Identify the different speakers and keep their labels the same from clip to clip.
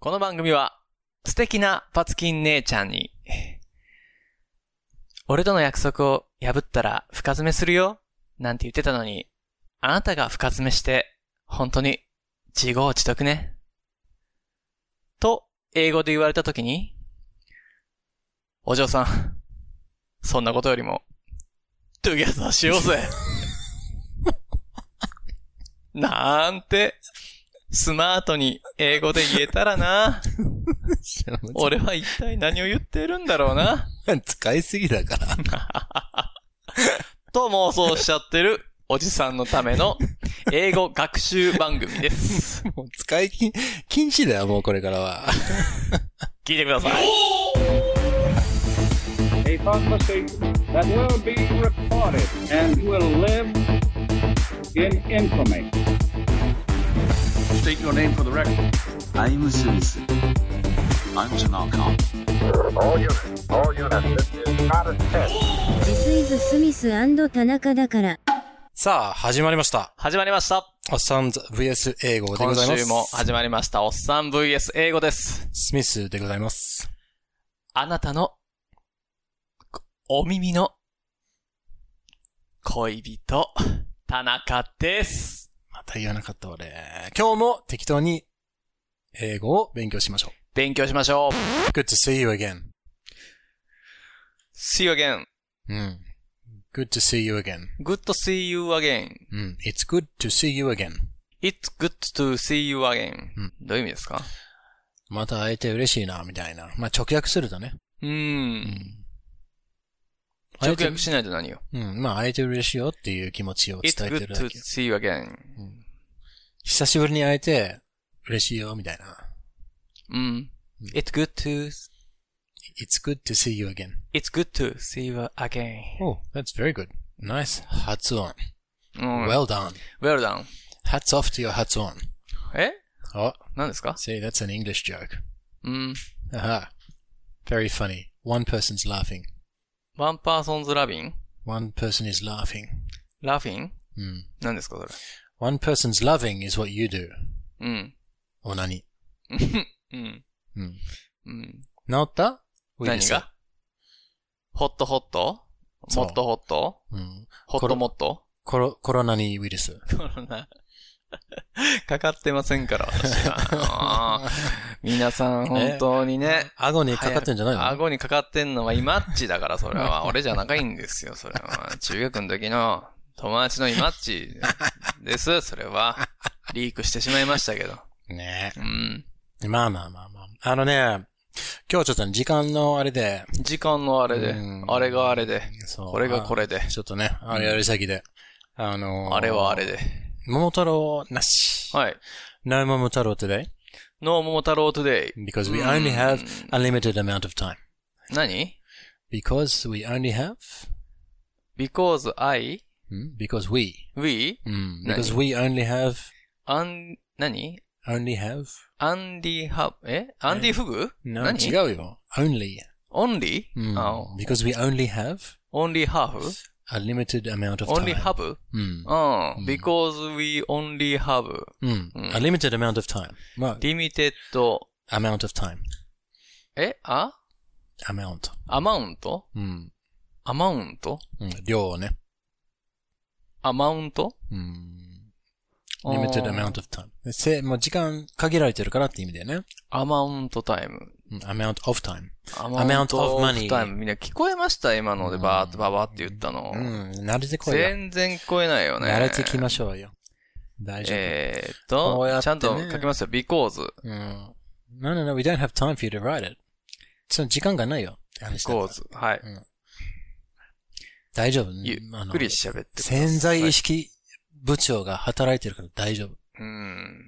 Speaker 1: この番組は、素敵なパツキン姉ちゃんに、俺との約束を破ったら深爪するよ、なんて言ってたのに、あなたが深爪して、本当に、自業自得ね。と、英語で言われたときに、お嬢さん、そんなことよりも、トゥギャザーしようぜ。なんて、スマートに英語で言えたらな。 俺は一体何を言ってるんだろうな。
Speaker 2: 使いすぎだから。
Speaker 1: と妄想しちゃってるおじさんのための英語学習番組 です。
Speaker 2: もう使い禁、禁止だよ、もうこれか らは。
Speaker 1: 聞いてください。
Speaker 3: a prophecy that will be recorded and will live in infamy. State your name for the record.
Speaker 4: I'm Smith. I'm Tanaka.
Speaker 5: All units, all units, this is not a test.
Speaker 6: ジスイズ・スミス田中だから。
Speaker 2: さあ、始まりました。
Speaker 1: 始まりました。
Speaker 2: おっさんず VS 英語でご
Speaker 1: 今
Speaker 2: ざいます。
Speaker 1: 週も始まりました。おっさん VS 英語です。
Speaker 2: スミスでございます。
Speaker 1: あなたのお耳の恋人、田中です。
Speaker 2: また言わなかった俺。今日も適当に英語を勉強しましょ
Speaker 1: 勉強しましょう。
Speaker 2: う。Good to see you again.
Speaker 1: See you again.
Speaker 2: うん。Good to see you again.
Speaker 1: Good to see you again.
Speaker 2: うん。It's good to see you again.
Speaker 1: It's good to see you again.
Speaker 2: うん
Speaker 1: どういう意味ですか
Speaker 2: また会えて嬉しいな、みたいな。まあ、直訳するとね。
Speaker 1: う。
Speaker 2: うんん。
Speaker 1: 直訳しないと何よ。
Speaker 2: うん。まあ、会えて嬉しいよっていう気持ちを
Speaker 1: It's
Speaker 2: 伝えて
Speaker 1: good
Speaker 2: るだ
Speaker 1: to
Speaker 2: け。
Speaker 1: see you again.
Speaker 2: 久しぶりに会えて嬉しいよ、みたいな。
Speaker 1: うん。It's good to,
Speaker 2: It's good to see you again.
Speaker 1: it's good to see you again.
Speaker 2: Oh, that's very good. Nice. Hats on.
Speaker 1: うん。
Speaker 2: Well done.
Speaker 1: well done.
Speaker 2: Hats off to your hats on.
Speaker 1: え
Speaker 2: Oh,
Speaker 1: 何ですか
Speaker 2: see, that's an English joke.
Speaker 1: うん。
Speaker 2: Aha. Very funny. One person's laughing.
Speaker 1: ワンパーソンズラビン
Speaker 2: One person is laughing.
Speaker 1: ラフィン
Speaker 2: Hmm.
Speaker 1: 何ですかそれ
Speaker 2: One person's loving is what you do.
Speaker 1: うん。
Speaker 2: Onani.
Speaker 1: うん。
Speaker 2: うん。
Speaker 1: うん。
Speaker 2: Naotta?
Speaker 1: 何がホットホット
Speaker 2: そう
Speaker 1: もっとホット
Speaker 2: Hmm.
Speaker 1: ホットもっと
Speaker 2: コロ、コロナにウイルス。
Speaker 1: コロナ。かかってませんから、私 は。あー皆さん、本当にね。
Speaker 2: 顎にかかってんじゃないの
Speaker 1: 早く顎にかかってんのはイマッチだから、それ は。俺じゃ仲いいんですよ、それは。中学の時の友達のイマッチです、それは。リークしてしまいましたけど。
Speaker 2: ね
Speaker 1: うん。
Speaker 2: まあまあまあまあ。あのね、今日ちょっとね時間のあれで、
Speaker 1: 時間のあれで
Speaker 2: う、ん
Speaker 1: あれがあれで、
Speaker 2: そう
Speaker 1: これがこれで、
Speaker 2: ちょっとね、あれやり先で。あのー
Speaker 1: あれはあれ。で。
Speaker 2: 桃太郎なし。
Speaker 1: はい。
Speaker 2: No 桃太郎 today
Speaker 1: No 桃太郎 today.
Speaker 2: because we
Speaker 1: うん
Speaker 2: only have a limited amount of time.
Speaker 1: 何
Speaker 2: Because we only have?
Speaker 1: ?because I,
Speaker 2: ん Because we.
Speaker 1: we,
Speaker 2: うん
Speaker 1: 何
Speaker 2: Because we only have,
Speaker 1: un, 何
Speaker 2: only have?
Speaker 1: アンディハ、えアンディフグ
Speaker 2: No,
Speaker 1: 何う。
Speaker 2: 違うよ。only.
Speaker 1: オンリ
Speaker 2: うん
Speaker 1: ーあ、
Speaker 2: Because we only have
Speaker 1: オンリーハーフ
Speaker 2: a limited amount of
Speaker 1: オンリー
Speaker 2: time. Hmm.
Speaker 1: ハブ
Speaker 2: うん
Speaker 1: うん。because we only have
Speaker 2: うん
Speaker 1: うん
Speaker 2: Hmm. A limited amount of time. ま
Speaker 1: limited,
Speaker 2: あ、amount of time.
Speaker 1: えあ
Speaker 2: amount. Hmm.
Speaker 1: アマウント
Speaker 2: うん。
Speaker 1: アマウント
Speaker 2: うん量をね。
Speaker 1: アマウント
Speaker 2: うん。
Speaker 1: あー
Speaker 2: limited amount of time. せ、もう時間限られてるからって意味だよね。
Speaker 1: アマウントタイム。
Speaker 2: うん amount of time.
Speaker 1: ア
Speaker 2: amount of money
Speaker 1: タイム。みんな聞こえました今のでバーってババーって言ったの。
Speaker 2: うん、慣れてこいよ。
Speaker 1: 全然聞こえないよね。
Speaker 2: 慣れてきましょうよ。大丈夫。
Speaker 1: えーっ
Speaker 2: こう
Speaker 1: と、
Speaker 2: やってね
Speaker 1: ちゃんと書きますよ。because,
Speaker 2: うん。No, no, no, we don't have time for you to write it. その時間がないよ。って話だから
Speaker 1: because. はい。
Speaker 2: 大丈夫。
Speaker 1: ゆ
Speaker 2: あ
Speaker 1: っ
Speaker 2: の
Speaker 1: くり喋ってください。
Speaker 2: 潜在意識部長が働いてるから大丈夫。
Speaker 1: うん。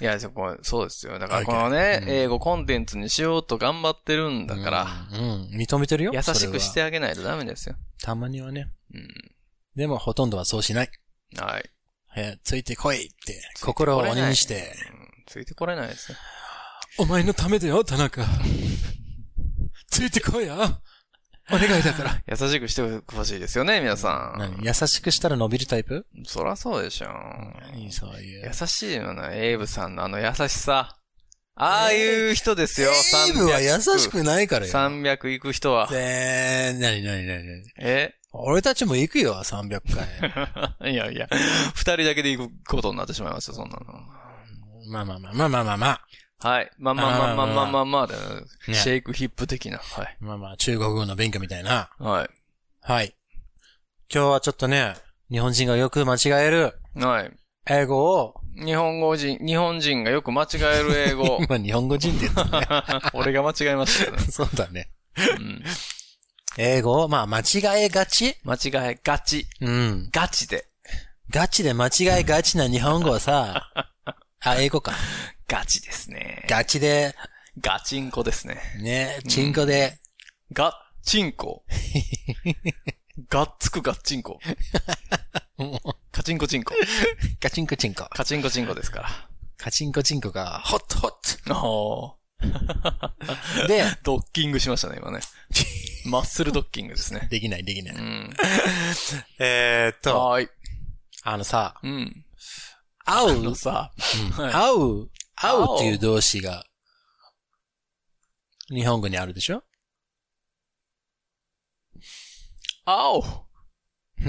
Speaker 1: いや、そこ、そうですよ。だから、こ
Speaker 2: Okay.
Speaker 1: のね、
Speaker 2: うん
Speaker 1: 英語コンテンツにしようと頑張ってるんだから、
Speaker 2: うん。うん、認めてるよ。
Speaker 1: 優しくし
Speaker 2: それ
Speaker 1: て
Speaker 2: は。
Speaker 1: あげないとダメですよ。
Speaker 2: たまにはね。
Speaker 1: うん。
Speaker 2: でもほとんどはそうしない。
Speaker 1: はい。
Speaker 2: えーついてこいって、
Speaker 1: てこれな
Speaker 2: 心
Speaker 1: い
Speaker 2: を鬼にして。
Speaker 1: うんついてこれないですよ。
Speaker 2: お前のためだよ、田中。ついてこいよ。お願いだから。
Speaker 1: 優しくしてほしいですよね、皆さん。
Speaker 2: 何優しくしたら伸びるタイプ
Speaker 1: そらそうでしょ。
Speaker 2: 何そういう
Speaker 1: 優。しいよな、エイブさんのあの優しさ。ああいう人ですよ。
Speaker 2: エイブは優し
Speaker 1: ない
Speaker 2: くないからよ。
Speaker 1: 300行く人は。
Speaker 2: えー、なになになになに
Speaker 1: え
Speaker 2: 俺たちも行くよ、300回。
Speaker 1: いやいや、二人だけで行くことになってしまいますよ、そんなの。
Speaker 2: まあまあまあまあまあまあまあ。
Speaker 1: はい。まあまあまあまあまあまあまあだよ
Speaker 2: ね
Speaker 1: シェイクヒップ的な。はい。
Speaker 2: まあまあ、中国語の勉強みたいな。
Speaker 1: は
Speaker 2: はい。今日はちょっとね、日本人がよく間違える
Speaker 1: い。はい。
Speaker 2: 英語を、
Speaker 1: 日本語人、日本人がよく間違える英 語。
Speaker 2: まあ日本語人って言 ったね。
Speaker 1: 俺が間違えましたよね。
Speaker 2: そうだね。
Speaker 1: うん
Speaker 2: 英語を、まあ間違えがち
Speaker 1: 間違えがち。
Speaker 2: うん。
Speaker 1: ガチで。
Speaker 2: ガチで間違えがちな日本語はさ、あ、英語か。
Speaker 1: ガチですね。
Speaker 2: ガチで、
Speaker 1: ガチンコですね。
Speaker 2: ね、チンコで、
Speaker 1: ガッチンコ。 ガッツクガッチンコ。カチンコチンコ。
Speaker 2: ガチンコチンコ。
Speaker 1: カチンコチンコですか
Speaker 2: カチンコチンコが、ホットホッ
Speaker 1: ら。おー。
Speaker 2: ト。で、
Speaker 1: ドッキングしましたね、今 ね。マッスルドッキングですね。
Speaker 2: できないできな
Speaker 1: う
Speaker 2: い。
Speaker 1: ん。
Speaker 2: えーっと、
Speaker 1: はーい。
Speaker 2: あのさ、
Speaker 1: うん。
Speaker 2: 合
Speaker 1: あ
Speaker 2: う
Speaker 1: の、さ、はい
Speaker 2: 合う、合うっていう動詞が、日本語にあるでしょ
Speaker 1: 青。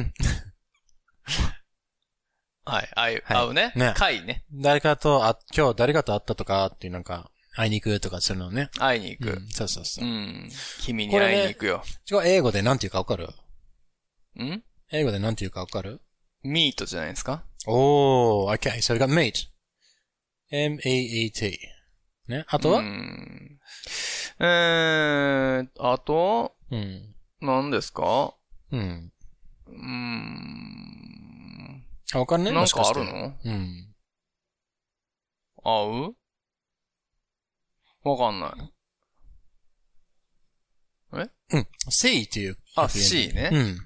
Speaker 1: はい、あいう、
Speaker 2: はい
Speaker 1: 合うね
Speaker 2: ね。
Speaker 1: 会ね。
Speaker 2: 誰かと、あ、今日誰かと会ったとかっていうなんか、会いに行くとかするのね。
Speaker 1: 会いに行
Speaker 2: う
Speaker 1: く
Speaker 2: ん。そうそうそうう。
Speaker 1: ん。君に会いに行くよ。
Speaker 2: 違う、英語でなんて言うかわかる
Speaker 1: ん
Speaker 2: 英語でなんて言うかわかる
Speaker 1: ミートじゃないですか
Speaker 2: おー、okay, so we got mate. m-a-e-t. ね、あとは、
Speaker 1: う
Speaker 2: うん、
Speaker 1: ん。えー、あと、
Speaker 2: うん。
Speaker 1: 何ですか
Speaker 2: うん。
Speaker 1: うーん。
Speaker 2: あ、わかんない
Speaker 1: なんかある
Speaker 2: もし
Speaker 1: の
Speaker 2: してうん。
Speaker 1: 合うわかんない。
Speaker 2: うん。C っていう。
Speaker 1: あ C ね
Speaker 2: うん。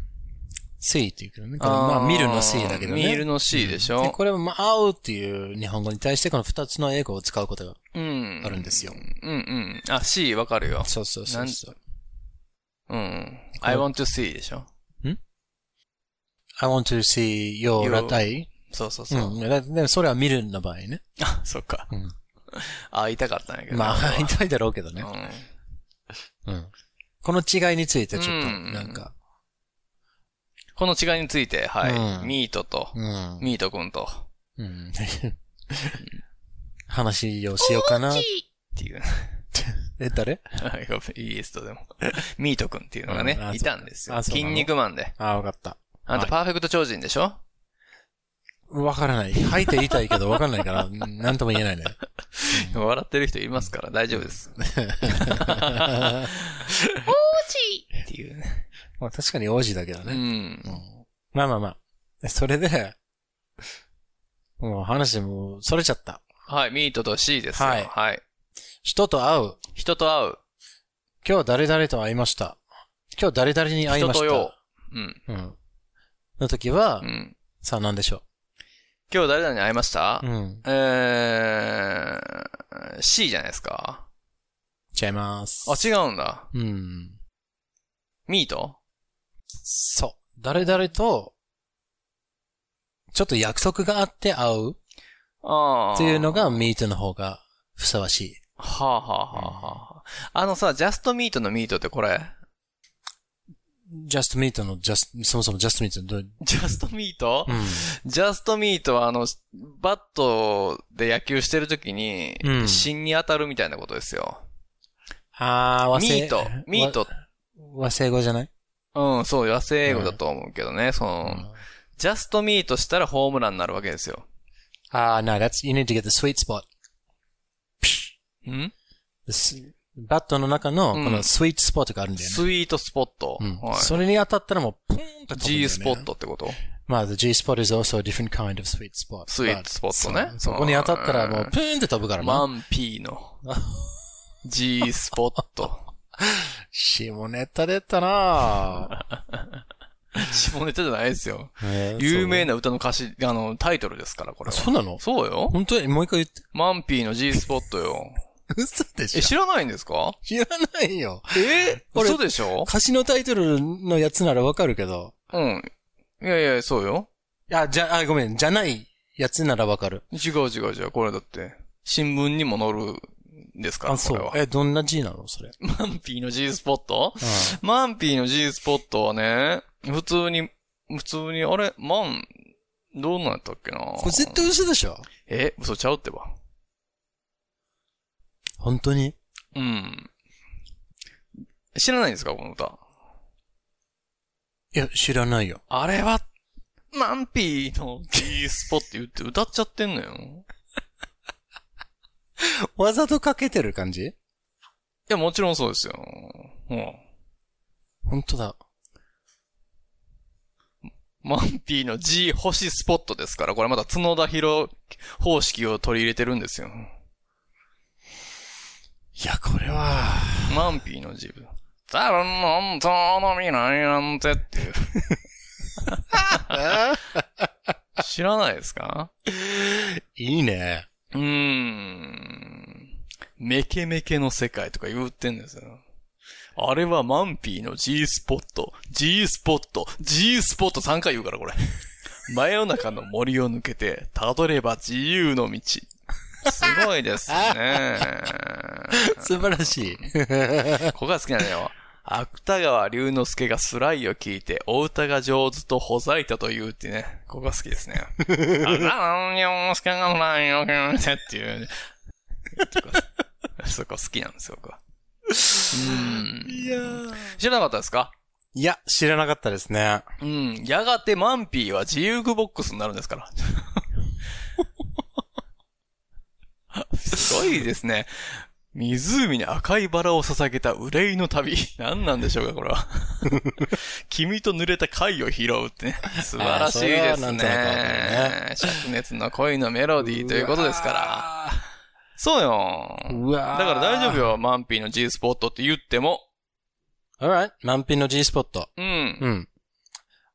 Speaker 2: C っていうけどね。このまあ、見るの C だけどね。
Speaker 1: ミールの C でし
Speaker 2: で
Speaker 1: ょ
Speaker 2: これも、まあ、合うっていう日本語に対して、この二つの英語を使うことが
Speaker 1: うん。
Speaker 2: あるんですよ。
Speaker 1: うんうん。あ、C わかるよ。
Speaker 2: そうそうそうそう。
Speaker 1: うん。I want to see でしょ
Speaker 2: I want to see your
Speaker 1: Your-
Speaker 2: right eye.
Speaker 1: そうそうそう。
Speaker 2: うん。だでもそれは見るの場合ね。
Speaker 1: あ、そっか。
Speaker 2: うん
Speaker 1: あ、会いたかったんやけど。
Speaker 2: まあ、
Speaker 1: 俺は
Speaker 2: 会いたいだろうけどね。うん。この違いについてちょっと、
Speaker 1: うん
Speaker 2: なんか、
Speaker 1: この違いについて、は
Speaker 2: う
Speaker 1: い。
Speaker 2: ん
Speaker 1: ミートと、
Speaker 2: うん。
Speaker 1: ミートくんと、っ
Speaker 2: うん。 話をしようかな。
Speaker 1: ていう。
Speaker 2: え、誰
Speaker 1: はいごめんイエスとでも。 ミートくんっていうのが
Speaker 2: うんあ
Speaker 1: ね、いたんですよ。
Speaker 2: そうな
Speaker 1: 筋
Speaker 2: の
Speaker 1: 肉マンで。
Speaker 2: あ、わかった。
Speaker 1: あんた
Speaker 2: はい
Speaker 1: パーフェクト超人でしょ
Speaker 2: わからない。吐いて言いたいけどわかんないから、なんとも言えないね。
Speaker 1: 笑ってる人いますから大丈夫です。っていうね。
Speaker 2: まあ確かに王子だけど
Speaker 1: う
Speaker 2: ね。
Speaker 1: ん。
Speaker 2: まあまあまあ。それで、もう話もう、それちゃった。
Speaker 1: はい、ミートと C ですよ。
Speaker 2: はい
Speaker 1: はい。
Speaker 2: 人と会う。
Speaker 1: 人と会う。
Speaker 2: 今日誰々と会いました。今日誰々に会いま
Speaker 1: 人
Speaker 2: した。
Speaker 1: とようん。
Speaker 2: う。ん。の時は、
Speaker 1: うん。
Speaker 2: さあ何でしょ
Speaker 1: 今日誰々に会いました
Speaker 2: う。うん。
Speaker 1: えー、C じゃないですか。
Speaker 2: 違います。
Speaker 1: あ、違うんだ。
Speaker 2: うん。
Speaker 1: ミート
Speaker 2: そう。誰々と、ちょっと約束があって会う
Speaker 1: ああ。
Speaker 2: っていうのが、ミートの方がふさわしい。
Speaker 1: はあ、はあはあはあ、あのさ、ジャストミートのミートってこれ、
Speaker 2: just meet の just, そもそも just meet どう、
Speaker 1: ジャストミート
Speaker 2: うん。
Speaker 1: ジャストミートはあの、バットで野球してるときに
Speaker 2: う、ん
Speaker 1: 芯に当たるみたいなことですよ。
Speaker 2: あー、和
Speaker 1: ミ
Speaker 2: 製。
Speaker 1: ート、ミート、
Speaker 2: 和。和製語じゃない
Speaker 1: うん、そう、野生英語だと思うけどね、その、ジャストミートしたらホームランになるわけですよ。
Speaker 2: あー、no, that's, you need to get the sweet spot.
Speaker 1: ん
Speaker 2: すバットの中の、こ
Speaker 1: うん
Speaker 2: のスイートスポットがあるんだよね。
Speaker 1: スイートスポット。
Speaker 2: うん
Speaker 1: はい
Speaker 2: それに当たったらもう、ポーンと飛ぶんだよね
Speaker 1: G スポッ。トってこと
Speaker 2: まあ、the G spot is also a different kind of sweet spot.
Speaker 1: Sweet spot ね
Speaker 2: そうそこに当たったらもう、プーンって飛ぶから
Speaker 1: マ
Speaker 2: な。
Speaker 1: ンピー の G スポット。
Speaker 2: 下ネタ出たなぁ
Speaker 1: 下ネタじゃないですよ。
Speaker 2: えー
Speaker 1: 有名な歌の歌詞、あの、タイトルですから、これは。
Speaker 2: そうなの
Speaker 1: そうよ。
Speaker 2: 本当にもう一回言って。
Speaker 1: マンピーの G スポット よ。
Speaker 2: 嘘で
Speaker 1: え、
Speaker 2: し
Speaker 1: 知らないんですか
Speaker 2: ょ知らないよ。
Speaker 1: え
Speaker 2: 俺
Speaker 1: 嘘でしょ
Speaker 2: 歌詞のタイトルのやつならわかるけど。
Speaker 1: うん。いやいや、そうよ。
Speaker 2: いや、じゃ、あ、ごめん、じゃないやつならわかる。
Speaker 1: 違う違う違う。これだって、新聞にも載るですから、
Speaker 2: あ、
Speaker 1: こ
Speaker 2: そ
Speaker 1: れ
Speaker 2: う
Speaker 1: は。。
Speaker 2: え、どんな G なのそれ。
Speaker 1: マンピーの G スポット
Speaker 2: う。
Speaker 1: マンピーの G スポットはね、普通に、普通に、あれ、マン、どうなんやったっけなん
Speaker 2: これ絶対嘘でしょ
Speaker 1: え、嘘ちゃうってば。
Speaker 2: 本当に。
Speaker 1: うん。知らないんですかこの歌。
Speaker 2: いや、知らないよ。
Speaker 1: あれは、マンピーの G スポって言って歌っちゃってんのよ。い
Speaker 2: わざとかけてる感じ
Speaker 1: や、もちろんそうですよ。うん。
Speaker 2: 本当だ。
Speaker 1: マンピーの G 星スポットですから、これまた角田博方式を取り入れてるんですよ。
Speaker 2: いや、これは、
Speaker 1: マンピーの G。多分本当の未来なんてっていう。知らないですか
Speaker 2: いいね。
Speaker 1: うーん。メケメケの世界とか言ってんですよ。あれはマンピーの G スポット、G スポット、G スポット3回言うからこれ。真夜中の森を抜けて、たどれば自由の道。すごいですね。
Speaker 2: 素晴らしい。
Speaker 1: ここが好きなのよ。芥川龍之介がスライを聞いて、お歌が上手とほざいたというってね、ここが好きですね。あら、にょんすけがスライを聞いてっていう。そこ好きなんですよ、僕は。うん。
Speaker 2: いやー
Speaker 1: 知らなかったですか
Speaker 2: いや、知らなかったですね。
Speaker 1: うん。やがてマンピーは自由具ボックスになるんですから。すごいですね。湖に赤いバラを捧げた憂いの旅。何なんでしょうか、こ れは。君と濡れた貝を拾うってね。素晴らしいで
Speaker 2: あーそれはな
Speaker 1: す
Speaker 2: んとなくわかる
Speaker 1: ね。灼熱の恋のメロディーということですから。そうよ。
Speaker 2: うわ
Speaker 1: だ
Speaker 2: ー
Speaker 1: から大丈夫。よ、マンピーの G スポットって言っても。
Speaker 2: alright, 満品の G スポット。
Speaker 1: うん。
Speaker 2: うん。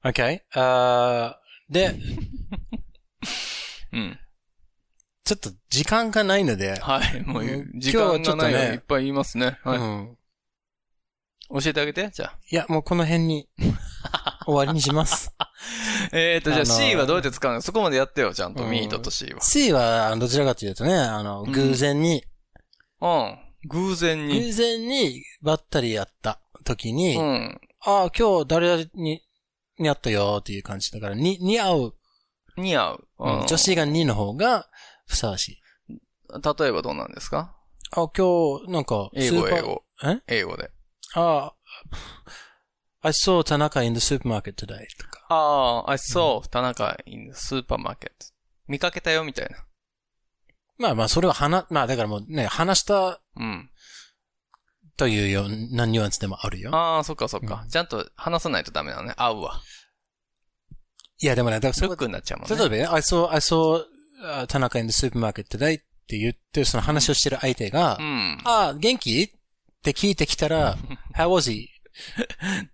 Speaker 2: okay, あーで、
Speaker 1: うん。
Speaker 2: ちょっと時間がないので、
Speaker 1: はい、もう
Speaker 2: うん、
Speaker 1: 時間
Speaker 2: 今日はちょ
Speaker 1: がな
Speaker 2: っと
Speaker 1: い
Speaker 2: ね
Speaker 1: よ、いっぱい言いますね。はい。
Speaker 2: うん。
Speaker 1: 教えてあげて、じゃあ。
Speaker 2: いや、もうこの辺に終わりにします。
Speaker 1: えーと、じゃあ
Speaker 2: あのー
Speaker 1: C はどうやって使うのそこまでやってよ、ちゃんと。
Speaker 2: うん
Speaker 1: ミートと C は。
Speaker 2: C は、どちらかというとね、あの、
Speaker 1: うん
Speaker 2: 偶然に、
Speaker 1: うん。偶然に。
Speaker 2: 偶然にばったりやった時に、
Speaker 1: うん。
Speaker 2: ああ、今日誰々に、に会ったよっていう感じだから、に、に会う、
Speaker 1: 似合う。
Speaker 2: うん
Speaker 1: うん。
Speaker 2: 女子が2の方がふさわしい。
Speaker 1: 例えばどうなんですか
Speaker 2: あ、今日、なんか、
Speaker 1: 英
Speaker 2: スー
Speaker 1: 語、
Speaker 2: パー
Speaker 1: 英。語。
Speaker 2: え
Speaker 1: 英語で。
Speaker 2: ああ、I saw Tanaka in the supermarket today とか。
Speaker 1: ああ、I saw 田中 in the supermarket. 見かけたよ、みたいな。
Speaker 2: まあまあ、それは話、まあだからもうね、話した
Speaker 1: うん。
Speaker 2: というようなニュアンスでもあるよ。
Speaker 1: ああ、そっかそっか。ちゃんと話さないとダメなのね。合うわ。
Speaker 2: いや、でもね、だからそ
Speaker 1: ル
Speaker 2: れ
Speaker 1: ッ
Speaker 2: は、
Speaker 1: クになっちゃうもん
Speaker 2: 例
Speaker 1: ね。
Speaker 2: えばね、I saw, I saw uh, Tanaka in the supermarket today って言って、その話をしてる相手が、
Speaker 1: うん。
Speaker 2: ああ、元気って聞いてきたら、How was he?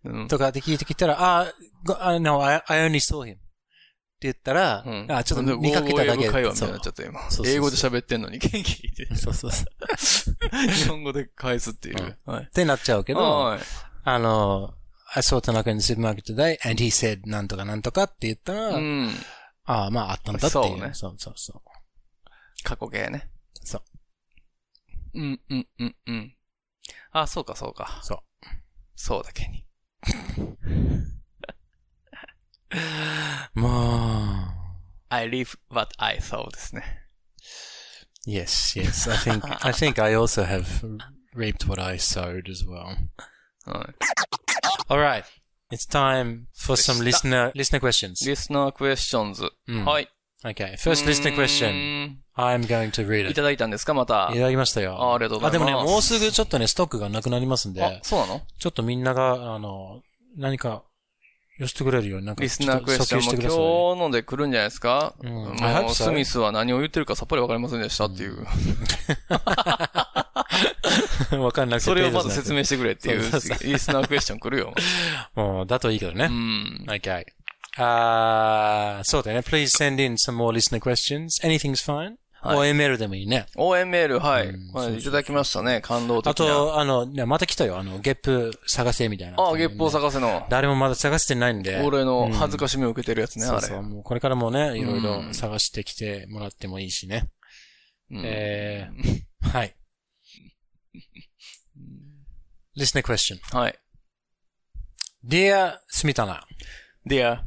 Speaker 1: うん
Speaker 2: とかって聞いてきたら、ああ、ごあ no, I, I only saw him. って言ったら、
Speaker 1: うん
Speaker 2: ああ、ちょっと見かけただ
Speaker 1: 英
Speaker 2: け
Speaker 1: 語会話みた
Speaker 2: そ
Speaker 1: いにな
Speaker 2: う
Speaker 1: っちゃった今
Speaker 2: そうそう。そう
Speaker 1: 英語で喋ってんのに元気で
Speaker 2: そうそうそう。
Speaker 1: 日本語で返すっていう。はい
Speaker 2: っ。てなっちゃうけど、
Speaker 1: はい。
Speaker 2: あの、I saw Tanaka in the supermarket today and he said なんとかなんとかって言ったら、
Speaker 1: うん。
Speaker 2: ああ、まああったんだっていう。
Speaker 1: そうね
Speaker 2: そうそうそう。
Speaker 1: 過去形ね。
Speaker 2: そう。
Speaker 1: うん、うん、うん、うん。あ、そうか、そうか。
Speaker 2: そう。
Speaker 1: そうだけに。
Speaker 2: もう、
Speaker 1: I live what I saw ですね。
Speaker 2: yes, yes, I think, I think I also have raped what I sowed as well.
Speaker 1: はい。
Speaker 2: Alright, it's time for some listener, listener questions.
Speaker 1: Listener questions.
Speaker 2: うん
Speaker 1: はい。
Speaker 2: Okay, first listener question.
Speaker 1: う
Speaker 2: I'm going to read
Speaker 1: ーん。い
Speaker 2: it.
Speaker 1: ただいたんですか、また
Speaker 2: い。ただきましたよ。
Speaker 1: あありがとうございます
Speaker 2: あ、でもね、もうすぐちょっとね、ストックがなくなりますん
Speaker 1: あ
Speaker 2: で、、
Speaker 1: そうなの
Speaker 2: ちょっとみんなが、あの、何か、寄せてくれるように、なんか、
Speaker 1: リスナークエスチョン
Speaker 2: ちょっと訴求してください
Speaker 1: も今日ので来るんじゃないですか
Speaker 2: うん
Speaker 1: も
Speaker 2: I hope
Speaker 1: う
Speaker 2: so.
Speaker 1: スミスは何を言ってるかさっぱりわかりませんでしたっていう。
Speaker 2: わかんなくて。
Speaker 1: それをまず説明してくれっていう
Speaker 2: そうそうそ
Speaker 1: リスナークエスチョン来るよ。
Speaker 2: もう、だといいけど
Speaker 1: う
Speaker 2: ね。
Speaker 1: ん。
Speaker 2: Okay. あーそうだよね。Please send in some more listener questions. Anything's fine.
Speaker 1: はい
Speaker 2: OML でもいいね。。
Speaker 1: 応援メール、はいう
Speaker 2: ん
Speaker 1: まあ
Speaker 2: そうそう
Speaker 1: いただきましたね、感動的な。
Speaker 2: あ、と、あの、ねまた来たよ。あの、ゲップ探せみたいな。
Speaker 1: あ、月報探せの。
Speaker 2: 誰もまだ探してないんで。
Speaker 1: 俺の恥ずかしみを受けてるやつね、
Speaker 2: そ
Speaker 1: あ
Speaker 2: う
Speaker 1: れ。
Speaker 2: そう。もうこれからもね、いろいうろ
Speaker 1: ん
Speaker 2: 探してきてもらってもいいしね。
Speaker 1: うん
Speaker 2: えー、はい。 Listener question.
Speaker 1: はい。
Speaker 2: Dear Smitana,
Speaker 1: Dear.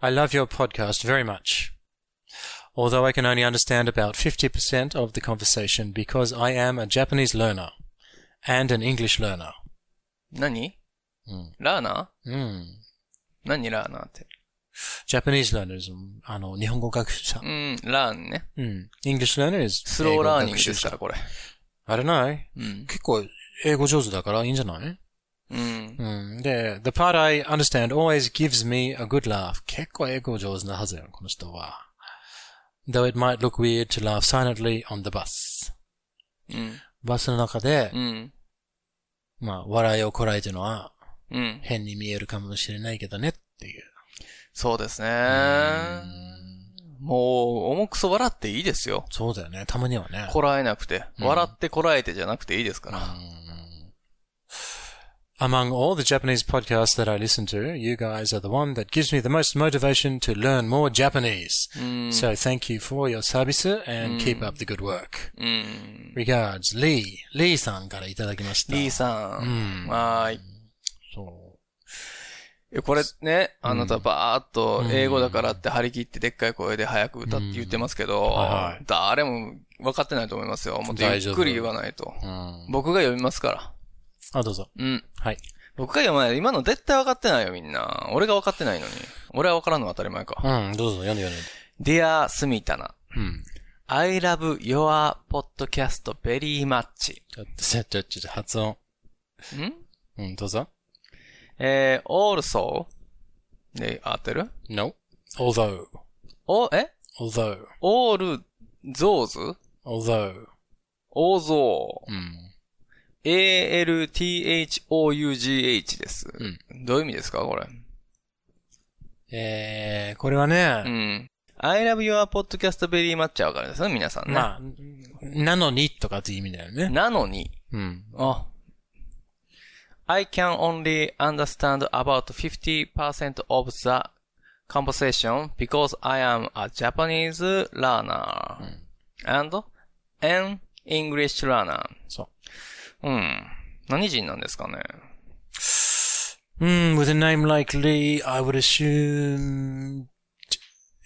Speaker 2: I love your podcast very much. Although I can only understand about 50% of the conversation because I am a Japanese learner and an English learner.
Speaker 1: 何
Speaker 2: うん
Speaker 1: ラーナ
Speaker 2: うん。
Speaker 1: ー何ラーナーって。
Speaker 2: Hmm. Japanese learner is, あの、日本語学習者
Speaker 1: う。ん、ラーンね。
Speaker 2: うん。English learner is
Speaker 1: スローラーニングですから、
Speaker 2: 英語
Speaker 1: こ
Speaker 2: 学習者。
Speaker 1: れ。
Speaker 2: I don't know.
Speaker 1: うん。
Speaker 2: 結構、英語上手だからいいんじゃない
Speaker 1: うん。
Speaker 2: うん。で、the part I understand always gives me a good laugh. 結構英語上手なはずよ、この人は。Though it might look weird to laugh silently on the bus.
Speaker 1: うん。
Speaker 2: バスの中で
Speaker 1: う、ん。
Speaker 2: まあ、笑いをこらえてるのは
Speaker 1: うん。
Speaker 2: 変に見えるかもしれないけどねっていう。
Speaker 1: そうですね
Speaker 2: ん。
Speaker 1: もう、重くそ笑っていいですよ。
Speaker 2: そうだよね。たまにはね。
Speaker 1: こらえなくて。
Speaker 2: うん
Speaker 1: 笑ってこらえてじゃなくていいですから。
Speaker 2: Among all the Japanese podcasts that I listen to, you guys are the one that gives me the most motivation to learn more Japanese.
Speaker 1: うん。
Speaker 2: So thank you for your service and
Speaker 1: Mm.
Speaker 2: keep up the good work.
Speaker 1: うん。
Speaker 2: Regards, Lee. Lee さんからいただきました。
Speaker 1: リーさん。
Speaker 2: うん
Speaker 1: はーい。
Speaker 2: そ
Speaker 1: えこれね、
Speaker 2: うん
Speaker 1: あなたばーっと
Speaker 2: うん
Speaker 1: 英語だからって張り切ってでっかい声で早く歌って言ってますけど、
Speaker 2: うんはいはい
Speaker 1: 誰も分かってないと思いますよ。もっとゆ
Speaker 2: 大丈
Speaker 1: っ
Speaker 2: 夫
Speaker 1: くり言わないと。
Speaker 2: う。うん。
Speaker 1: 僕が読みますから。
Speaker 2: あ、どうぞ。
Speaker 1: うん。
Speaker 2: はい。
Speaker 1: 僕が読まない。今の絶対分かってないよ、みんな。俺が分かってないのに。俺は分からんのは当たり前か。
Speaker 2: うん、どうぞ、読んで読んで。
Speaker 1: Dear Smitana,
Speaker 2: うん。
Speaker 1: I love your podcast very much.
Speaker 2: ちょっと、ちょっと、ちょっと、発音。
Speaker 1: ん
Speaker 2: うん、どうぞ。
Speaker 1: えー、also, で、合ってる
Speaker 2: No. Although.
Speaker 1: お、え
Speaker 2: Although.
Speaker 1: all those?
Speaker 2: Although.
Speaker 1: although.
Speaker 2: うん。
Speaker 1: although です。どういう意味ですかこれ。
Speaker 2: えー、これはね、
Speaker 1: うん。I love your podcast very much はわかるんですよね、皆さんね。
Speaker 2: まあ、なのにとかっていう意味だよね。
Speaker 1: なのに、
Speaker 2: うん。
Speaker 1: あ。I can only understand about 50% of the conversation because I am a Japanese learner and an English learner.
Speaker 2: そ
Speaker 1: うん。何人なんですかね。
Speaker 2: う。うん、with a name like Lee, I would assume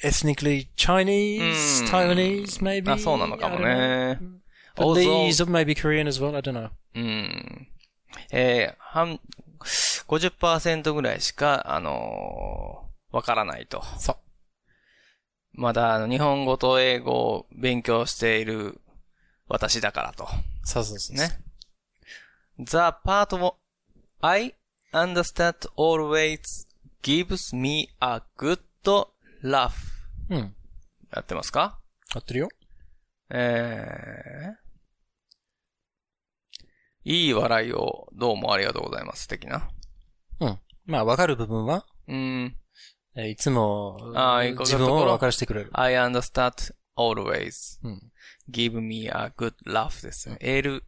Speaker 2: ethnically Chinese,
Speaker 1: うん
Speaker 2: Taiwanese maybe?
Speaker 1: あ、そうなのかも
Speaker 2: I don't
Speaker 1: ね。
Speaker 2: know. But
Speaker 1: Although-
Speaker 2: these are maybe Korean as well, I don't know.
Speaker 1: うん。えー、半、50%ぐらいしか、あのーわからないと。
Speaker 2: そう。
Speaker 1: まだ、あの、日本語と英語を勉強している私だからと。
Speaker 2: そうそうそう。
Speaker 1: ね。The part of I understand always gives me a good laugh.
Speaker 2: うん。
Speaker 1: やってますか
Speaker 2: 合ってるよ。
Speaker 1: えー、いい笑いをどうもありがとうございます。的な。
Speaker 2: うん。まあ、わかる部分は、
Speaker 1: うん。
Speaker 2: えーいつも、
Speaker 1: あーいいこと
Speaker 2: 自分
Speaker 1: とこ
Speaker 2: を
Speaker 1: ろ
Speaker 2: 分からしてくれる。
Speaker 1: I understand always
Speaker 2: うん。
Speaker 1: give me a good laugh ですよ。L,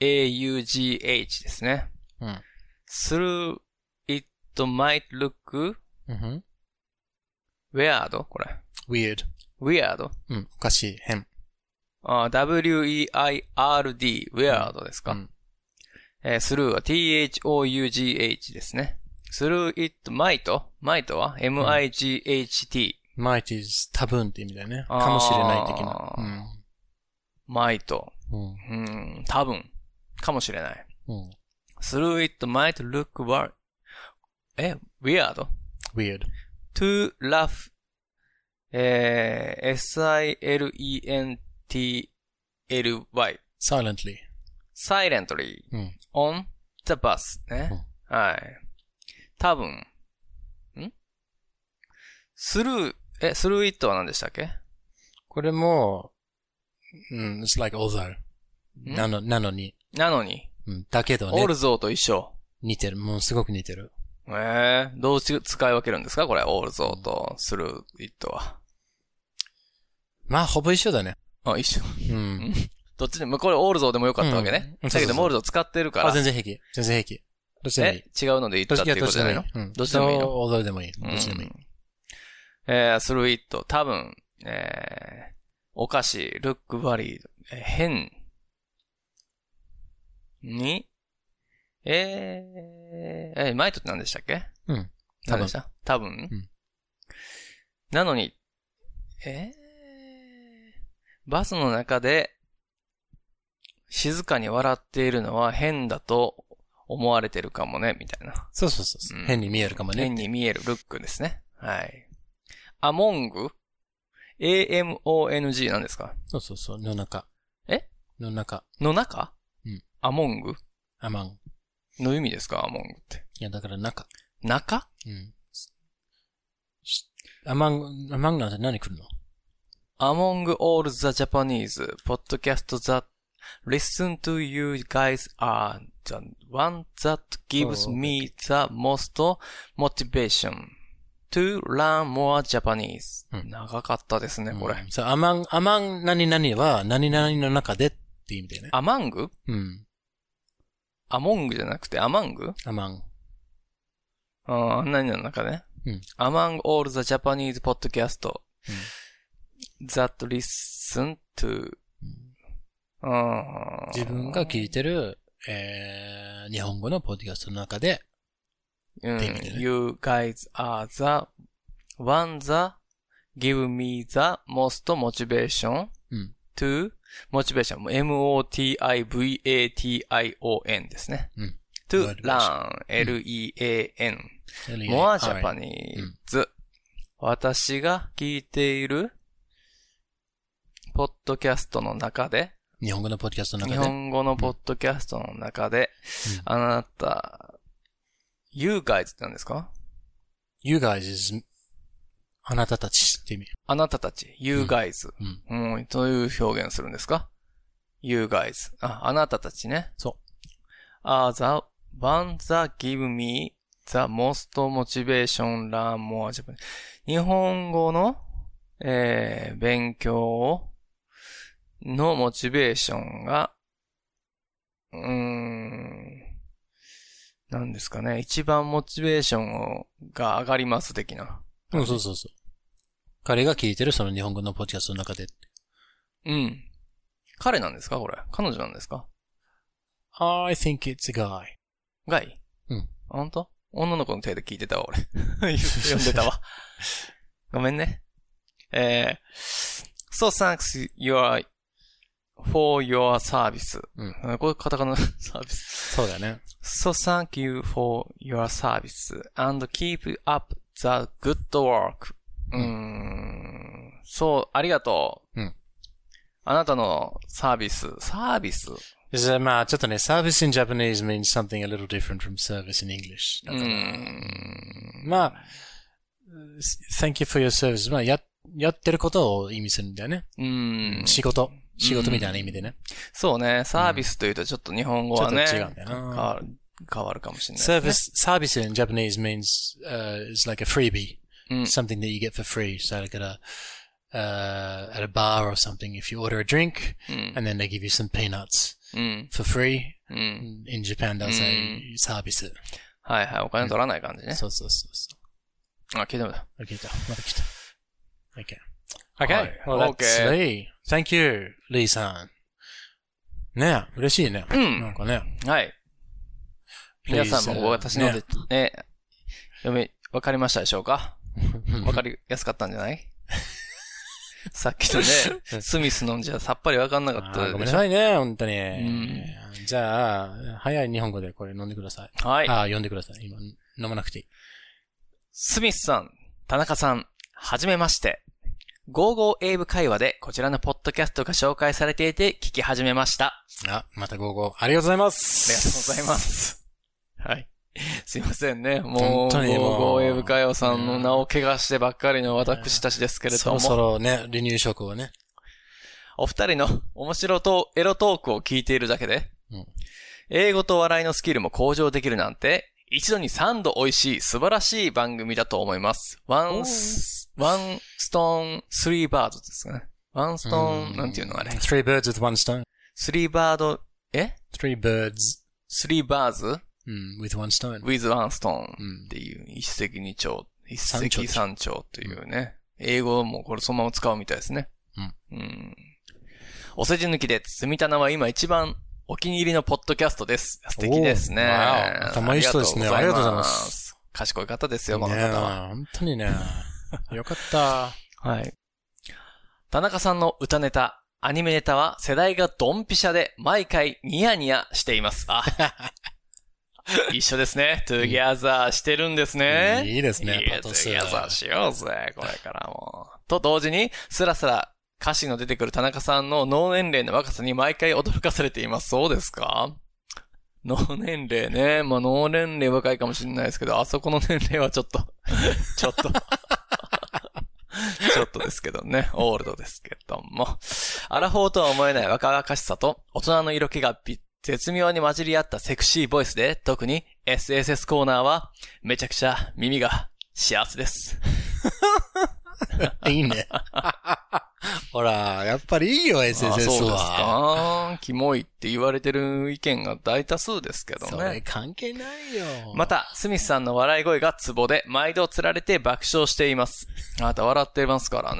Speaker 1: A, U, G, H ですね。
Speaker 2: うん。
Speaker 1: through it might look
Speaker 2: うんふん。
Speaker 1: weird これ。
Speaker 2: weird.
Speaker 1: weird?
Speaker 2: うん。おかしい。変。
Speaker 1: あ w-e-i-r-d, weird ですか、
Speaker 2: うん
Speaker 1: えー through は t-h-o-u-g-h ですね。through it might? might は m-i-g-h-t,
Speaker 2: might is 多分って意味だよね。
Speaker 1: あー
Speaker 2: かもしれない的な。
Speaker 1: might.
Speaker 2: うん。うん。
Speaker 1: うん、多分。かもしれない。
Speaker 2: うん。
Speaker 1: through it might look weird. え、weird?
Speaker 2: weird.
Speaker 1: to laugh, えー s-i-l-e-n-t-l-y,
Speaker 2: silently.
Speaker 1: silently,
Speaker 2: うん
Speaker 1: on the bus ね。はい。多分、ん through, え、through it は何でしたっけ
Speaker 2: これも、うん、it's like although.
Speaker 1: ん
Speaker 2: なの、なのに。
Speaker 1: なのに、
Speaker 2: うん、だけどね
Speaker 1: all。those と一緒。
Speaker 2: 似てる。もうすごく似てる。
Speaker 1: えー、どうし使い分けるんですかこれ、all those と through it は。
Speaker 2: まあ、ほぼ一緒だね。
Speaker 1: あ、一緒。
Speaker 2: うん。
Speaker 1: どっちでも、これオールゾーでもよかったわけね。
Speaker 2: うん
Speaker 1: だけど、
Speaker 2: そうそうそう
Speaker 1: オールゾー使ってるから。
Speaker 2: あ、全然平気。全然平気。どっちでもい
Speaker 1: え。
Speaker 2: い
Speaker 1: 違うので言ったっていうことじゃないの
Speaker 2: うん
Speaker 1: どっちでもいいの
Speaker 2: どう although でもいい。ど
Speaker 1: うん
Speaker 2: っちでもいい。
Speaker 1: えー、スルイット、多分、えー、お菓子、ルックバリー、えー変、に、えー、えー、マイトって何でしたっけ
Speaker 2: うん。
Speaker 1: 何でした多分。
Speaker 2: うん
Speaker 1: なのに、えー、バスの中で、静かに笑っているのは変だと思われてるかもね、みたいな。
Speaker 2: そうそうそうそう、
Speaker 1: うん
Speaker 2: 変に見えるかもね。
Speaker 1: 変に見えるルックですね。はい。アモング ?A-M-O-N-G なんですか
Speaker 2: そうそうそう。の中。
Speaker 1: え
Speaker 2: の中。
Speaker 1: の中
Speaker 2: うん。
Speaker 1: アモング
Speaker 2: アマン。
Speaker 1: の意味ですかアモングって。
Speaker 2: いや、だから中。
Speaker 1: 中
Speaker 2: うん。しアマン、アマンなんて何来るの
Speaker 1: Among all the Japanese podcast that listen to you guys are the one that gives
Speaker 2: Oh, okay,
Speaker 1: me the most motivation to learn more Japanese.
Speaker 2: うん
Speaker 1: 長かったですね、これ。
Speaker 2: うんそう、アマン、アマン何々は何々の中でっていう意味だよね。
Speaker 1: アマング
Speaker 2: うん。
Speaker 1: アモングじゃなくてアマング
Speaker 2: アマン。
Speaker 1: ああ、何の中ね。
Speaker 2: うん
Speaker 1: Among all the Japanese podcast that listen to あー
Speaker 2: 自分が聞いてる、えー、日本語のポッドキャストの中で、
Speaker 1: うん
Speaker 2: って意味でね
Speaker 1: You guys are the one that give me the most motivation
Speaker 2: うん
Speaker 1: to motivation. M-O-T-I-V-A-T-I-O-N ですね。
Speaker 2: うん
Speaker 1: to learn,
Speaker 2: う
Speaker 1: L-E-A-N,
Speaker 2: LA
Speaker 1: more
Speaker 2: はい
Speaker 1: Japanese. 私が聞いているポッドキャストの中で、
Speaker 2: 日本語のポッドキャストの
Speaker 1: 日
Speaker 2: 中で、
Speaker 1: 本語のポッドキャストの中で、
Speaker 2: う
Speaker 1: あなた、you guys って何ですか
Speaker 2: You guys is あなたたちって意味。
Speaker 1: あなたたち、you guys。うん、どういう表現するんですか ?you guys. あ、あなたたちね。。
Speaker 2: そう
Speaker 1: are the one that give me the most motivation learn more Japanese. 日本語の、えー、勉強を、のモチベーションが、うーん、なんですかね。一番モチベーションをが上がります的な。
Speaker 2: うん、そうそうそう。彼が聞いてるその日本語のポッドキャストの中で。
Speaker 1: うん。彼なんですかこれ。彼女なんですか
Speaker 2: I think it's a guy.
Speaker 1: ガイ
Speaker 2: うん。
Speaker 1: あほんと女の子の手で聞いてたわ、俺。 読んで たわ。ごめんね。えー、so thanks your, for your service.
Speaker 2: うん。
Speaker 1: あこれカタ カナサービス。
Speaker 2: そうだね。
Speaker 1: So thank you for your service and keep up the good work. うーん。そう、ありがとう。
Speaker 2: うん。
Speaker 1: あなたのサービス。サービス
Speaker 2: Is- まあ、ちょっとね、service in Japanese means something a little different from service in English. だ
Speaker 1: う
Speaker 2: から
Speaker 1: ん。
Speaker 2: まあ、thank you for your service. まあ、や、やってることを意味するんだよね。
Speaker 1: うん。
Speaker 2: 仕事。仕事みたいな意味でね。
Speaker 1: そうね。サービスというとちょっと日本語はね。
Speaker 2: ちょっと違うんだよな
Speaker 1: 変わる、変わるかもしれないですね、
Speaker 2: Ah. service, service in Japanese means, uh, is like a freebie.
Speaker 1: うん。
Speaker 2: something that you get for free. So like at a uh, at a bar or something, if you order a drink
Speaker 1: うん。
Speaker 2: and then they give you some peanuts
Speaker 1: うん。
Speaker 2: for free.
Speaker 1: うん。
Speaker 2: In Japan, they'll say
Speaker 1: Mm.
Speaker 2: サービス。
Speaker 1: はいはい。お金取らない感じね。
Speaker 2: そうそうそうそ
Speaker 1: あ、聞いてみた。
Speaker 2: う。OK だ。また来た。OK。Okay.
Speaker 1: はい
Speaker 2: Well, that's
Speaker 1: Okay.
Speaker 2: Lee. Thank you, Lee さん。ねえ、嬉しいね。
Speaker 1: うん
Speaker 2: なんかね。
Speaker 1: はい。皆さん
Speaker 2: Please,
Speaker 1: も
Speaker 2: uh,
Speaker 1: 私の
Speaker 2: ね
Speaker 1: で、ね、読み、わかりましたでしょうかわかりやすかったんじゃ ないさっきのね、スミスのんじゃさっぱりわかんなか
Speaker 2: あ
Speaker 1: っ
Speaker 2: ー
Speaker 1: た
Speaker 2: ごめ
Speaker 1: で
Speaker 2: んな
Speaker 1: しょ。
Speaker 2: さいね、本当に
Speaker 1: ん。
Speaker 2: じゃあ、早い日本語でこれ飲んでください。
Speaker 1: はい。
Speaker 2: ああ、読んでください。今、飲まなくていい。
Speaker 1: スミスさん、田中さん、はじめまして。55英語会話でこちらのポッドキャストが紹介されていて聞き始めました。
Speaker 2: あ、また午後。ありがとうございま
Speaker 1: ありがとうご
Speaker 2: す。
Speaker 1: ざいます。はい。すいませんね。も
Speaker 2: 本
Speaker 1: う、
Speaker 2: 当にもう
Speaker 1: 55英語会話さんの名を怪我してばっかりの私たちですけれ
Speaker 2: そ
Speaker 1: ども、
Speaker 2: ろそろね、離乳食をね。
Speaker 1: お二人の面白とエロトークを聞いているだけで、
Speaker 2: うん
Speaker 1: 英語と笑いのスキルも向上できるなんて、一度に三度美味しい素晴らしい番組だと思います。ワンス、ワンストーン、スリーバードですかね。ワンストーン、なんていうのあれ。
Speaker 2: ?three birds with one stone.three
Speaker 1: スリーバード、え
Speaker 2: birds,
Speaker 1: スリーバーズ
Speaker 2: うん、with one stone.
Speaker 1: with one stone
Speaker 2: うん
Speaker 1: っていう一石二鳥、一
Speaker 2: 三鳥
Speaker 1: 石三鳥っていうね。英語もこれそのまま使うみたいですね。
Speaker 2: う
Speaker 1: う
Speaker 2: ん
Speaker 1: ん。お世辞抜きで、積み棚は今一番お気に入りのポッドキャストです。素敵ですね。。
Speaker 2: おーわお頭いい人ですねありがとうございます
Speaker 1: 賢い方ですよ、この
Speaker 2: ね
Speaker 1: 方
Speaker 2: え
Speaker 1: は。
Speaker 2: 本当 にね。よかった。
Speaker 1: はい。田中さんの歌ネタ、アニメネタは世代がドンピシャで毎回ニヤニヤしています。 あ一緒ですね。トゥギャザーしてるんですね。
Speaker 2: いいですね
Speaker 1: いや
Speaker 2: パトス
Speaker 1: トゥギャザーしようぜ、これからも。と同時に、スラスラ歌詞の出てくる田中さんの脳年齢の若さに毎回驚かされています。そうですか脳年齢ね。まあ、脳年齢若いかもしれないですけど、あそこの年齢はちょっと、 ちょっと、ちょっとですけどね。オールドですけども。アラフォーとは思えない若々しさと、大人の色気がび絶妙に混じり合ったセクシーボイスで、特に SSS コーナーは、めちゃくちゃ耳が幸せです。
Speaker 2: いいね。ほら、やっぱりいいよ、
Speaker 1: あ
Speaker 2: SSS
Speaker 1: そう
Speaker 2: は。
Speaker 1: ですか。キモいって言われてる意見が大多数ですけど
Speaker 2: それ
Speaker 1: ね。
Speaker 2: 関係ないよ。
Speaker 1: また、スミスさんの笑い声がツボで、毎度釣られて爆笑しています。あなた笑ってますから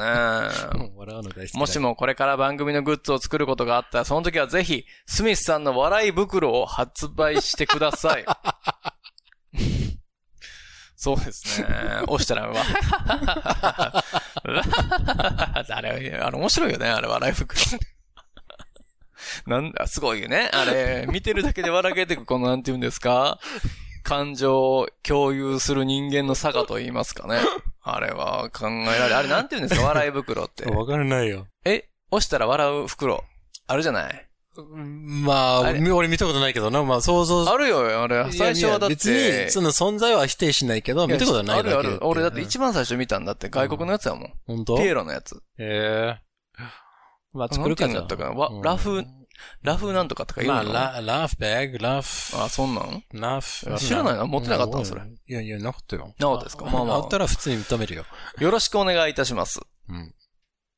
Speaker 1: ね。
Speaker 2: もう笑うの大好きだ
Speaker 1: もしもこれから番組のグッズを作ることがあったら、その時はぜひ、スミスさんの笑い袋を発売してくだ さい。そうですね。押したら、わ あれ、あれ面白いよね、あれ、笑い袋。なんだ、すごいよね。あれ、見てるだけで笑けてく、この、なんて言うんですか感情を共有する人間の差がと言いますかね。あれは考えられ、あれなんて言うんですか笑い袋 って。
Speaker 2: わからないよ。
Speaker 1: え、押したら笑う袋。あるじゃない
Speaker 2: まあ、
Speaker 1: あれ
Speaker 2: み俺見たことないけどな。まあ、想像。
Speaker 1: あるよ、あれ。
Speaker 2: いや
Speaker 1: 最初はだって。
Speaker 2: 別に、その存在は否定しないけど、見たことな
Speaker 1: あ
Speaker 2: いだけ
Speaker 1: るある。俺だって
Speaker 2: 一、
Speaker 1: 一番最初見たんだって、外国のやつやもん。
Speaker 2: 本当
Speaker 1: ピエロのやつ。
Speaker 2: ええ。まあ、
Speaker 1: 作
Speaker 2: 作
Speaker 1: る
Speaker 2: る
Speaker 1: か
Speaker 2: か
Speaker 1: だったかな。わ
Speaker 2: うん
Speaker 1: ラフ、ラフなんとかとか言う
Speaker 2: まあ、
Speaker 1: の
Speaker 2: ラ、ラフバッグ、ラフ。
Speaker 1: あ、そんなん
Speaker 2: ラフ。
Speaker 1: 知らないな持ってなかったのそれ
Speaker 2: いやいや、なかったよ。
Speaker 1: なかったですか
Speaker 2: あ
Speaker 1: まあまあ
Speaker 2: あったら普通に認めるよ。
Speaker 1: よろしくお願いいたします。
Speaker 2: うん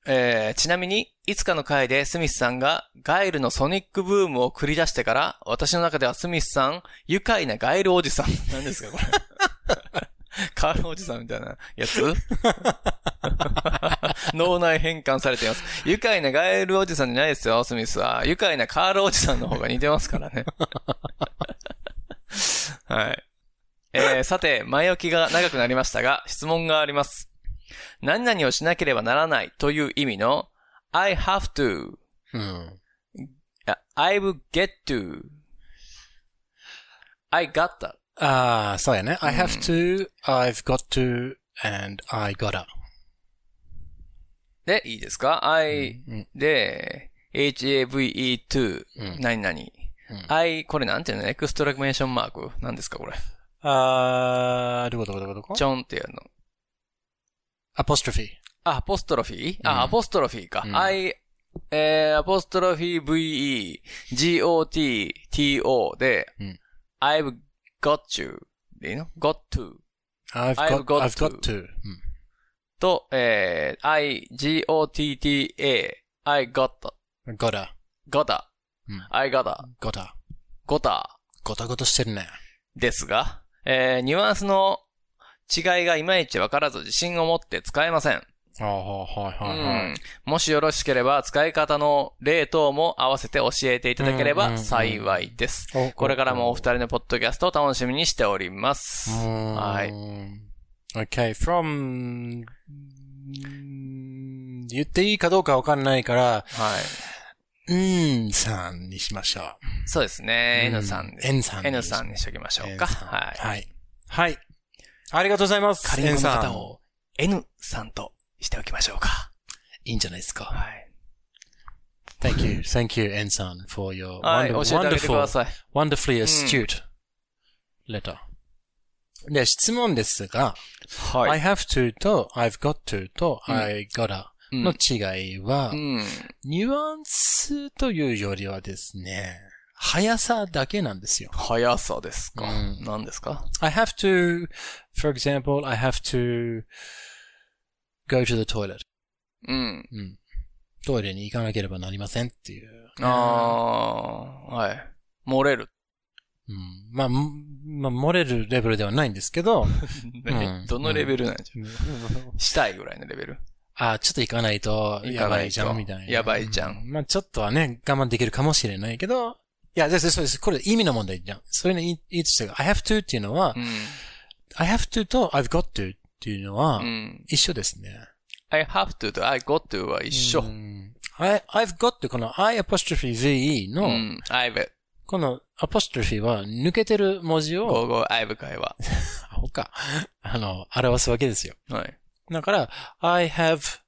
Speaker 1: えーちなみに、いつかの回でスミスさんがガイルのソニックブームを繰り出してから、私の中ではスミスさん、愉快なガイルおじさん。 何ですか、これ。カールおじさんみたいなやつ 脳内変換されています。愉快なガイルおじさんじゃないですよ、スミスは。愉快なカールおじさんの方が似てますからね。 はい。えーさて、前置きが長くなりましたが、質問があります。何々をしなければならないという意味の I have to,
Speaker 2: うん。
Speaker 1: あ I will get to, I got that.
Speaker 2: ああ、そうやね。I
Speaker 1: うん
Speaker 2: have to, I've got to, and I gotta.
Speaker 1: で、いいですか ?I
Speaker 2: うん
Speaker 1: で、have to,
Speaker 2: うん
Speaker 1: 何々。I、これなんていうのエクストラメーションマーク何ですかこれ。
Speaker 2: あー、どこどこどこどこ
Speaker 1: ちょんっていうの。
Speaker 2: アポストロフィー。
Speaker 1: あ、アポストロフィー
Speaker 2: うん
Speaker 1: あ、アポストロフィーか。
Speaker 2: うん
Speaker 1: I、えー、アポストロフィー VE、GOT、TO で、
Speaker 2: うん
Speaker 1: I've got you でいいの ?got to
Speaker 2: I've
Speaker 1: I've got
Speaker 2: got, I've got
Speaker 1: to.
Speaker 2: to. うん
Speaker 1: と、えー、I, G, O, T, T, A, I got,
Speaker 2: gotta,
Speaker 1: gotta,
Speaker 2: うん
Speaker 1: I gotta,
Speaker 2: gotta.
Speaker 1: gotta
Speaker 2: ゴタゴタしてるね。
Speaker 1: ですが、えー、ニュアンスの違いがいまいちわからず自信を持って使えません。
Speaker 2: ああ、はいはいはい。
Speaker 1: うんもしよろしければ、使い方の例等も合わせて教えていただければ幸いです。
Speaker 2: お
Speaker 1: これからもお二人のポッドキャストを楽しみにしております。はい。
Speaker 2: い。Okay, from 言っていいかどうかわかんないから、
Speaker 1: はい。
Speaker 2: うんさんにしましょう。
Speaker 1: そうですね。
Speaker 2: うん
Speaker 1: N さんです。
Speaker 2: N さん
Speaker 1: N さんにしときましょうか。
Speaker 2: N さん
Speaker 1: はい。
Speaker 2: はい。はい。ありがとうございます。
Speaker 1: 仮に
Speaker 2: N
Speaker 1: この
Speaker 2: さん
Speaker 1: 方を N さんとしておきましょうか。
Speaker 2: いいんじゃないですか。
Speaker 1: はい。
Speaker 2: Thank you, thank you, N さん for your
Speaker 1: はい、教
Speaker 2: wonder-
Speaker 1: えてあげてくだ
Speaker 2: wonderful
Speaker 1: さい。
Speaker 2: wonderfully astute letter. で、質問ですが、
Speaker 1: は
Speaker 2: I。have to と I've got to と
Speaker 1: うん
Speaker 2: I gotta
Speaker 1: う
Speaker 2: の
Speaker 1: ん。
Speaker 2: 違いは、
Speaker 1: うん
Speaker 2: ニュアンスというよりはですね、速さだけなんですよ。
Speaker 1: 速さですか
Speaker 2: うん。
Speaker 1: 何ですか
Speaker 2: I have to, for example, I have to go to the toilet.
Speaker 1: うん。
Speaker 2: うん。トイレに行かなければなりませんっていう。
Speaker 1: あー、はい。漏れる。
Speaker 2: うん。まあ、んまあ、漏れるレベルではないんです けど、ん
Speaker 1: どのレベルなんでしょうしたいぐらいのレベル。
Speaker 2: ああ、ちょっと行かないと、
Speaker 1: 行
Speaker 2: や
Speaker 1: か
Speaker 2: ば
Speaker 1: ない
Speaker 2: い
Speaker 1: と
Speaker 2: じゃん、みたいな。
Speaker 1: やばいじゃん
Speaker 2: うまあ、ちょっとはね、我慢できるかもしれないけど、いや、です、そうです。これ意味の問題じゃん。それのいいいいとしてが、I have to っていうのは、
Speaker 1: うん。
Speaker 2: I have to と I've got to っていうのは
Speaker 1: う、ん。
Speaker 2: 一緒ですね。
Speaker 1: I have to と I got to は一緒。
Speaker 2: う
Speaker 1: うん。
Speaker 2: ん I, I've got to この I apostrophe VE の、
Speaker 1: I've,
Speaker 2: この apostrophe は抜けてる文字を、
Speaker 1: 午後 I've 会話。
Speaker 2: アホか、あの、表すわけですよ。
Speaker 1: はい。
Speaker 2: だから、I have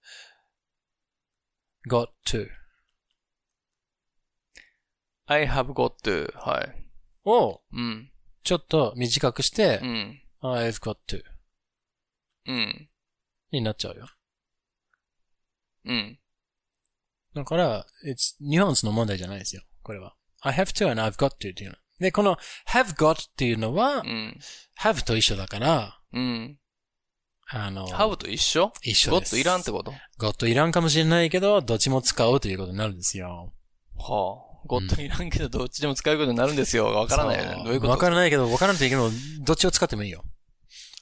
Speaker 2: got to
Speaker 1: I have got to はい。
Speaker 2: を
Speaker 1: うん。
Speaker 2: ちょっと短くして
Speaker 1: う、ん。
Speaker 2: I've got to
Speaker 1: うん。
Speaker 2: になっちゃうよ。
Speaker 1: うん。
Speaker 2: だから、it's ニュアンスの問題じゃないですよ。これは。I have to and I've got to っていうの。で、この have got っていうのは
Speaker 1: う、ん。
Speaker 2: have と一緒だから、
Speaker 1: うん。
Speaker 2: あの、
Speaker 1: have と一緒
Speaker 2: 一緒です
Speaker 1: got いらんってこと
Speaker 2: got いらんかもしれないけど、どっちも使うということになるんですよ。
Speaker 1: はあ。got いらんけどどっちでも使うことになるんですよ。わからないよ
Speaker 2: そ
Speaker 1: ね。どういうこと
Speaker 2: わからないけど、わからんといいけど、どっちを使ってもいいよ。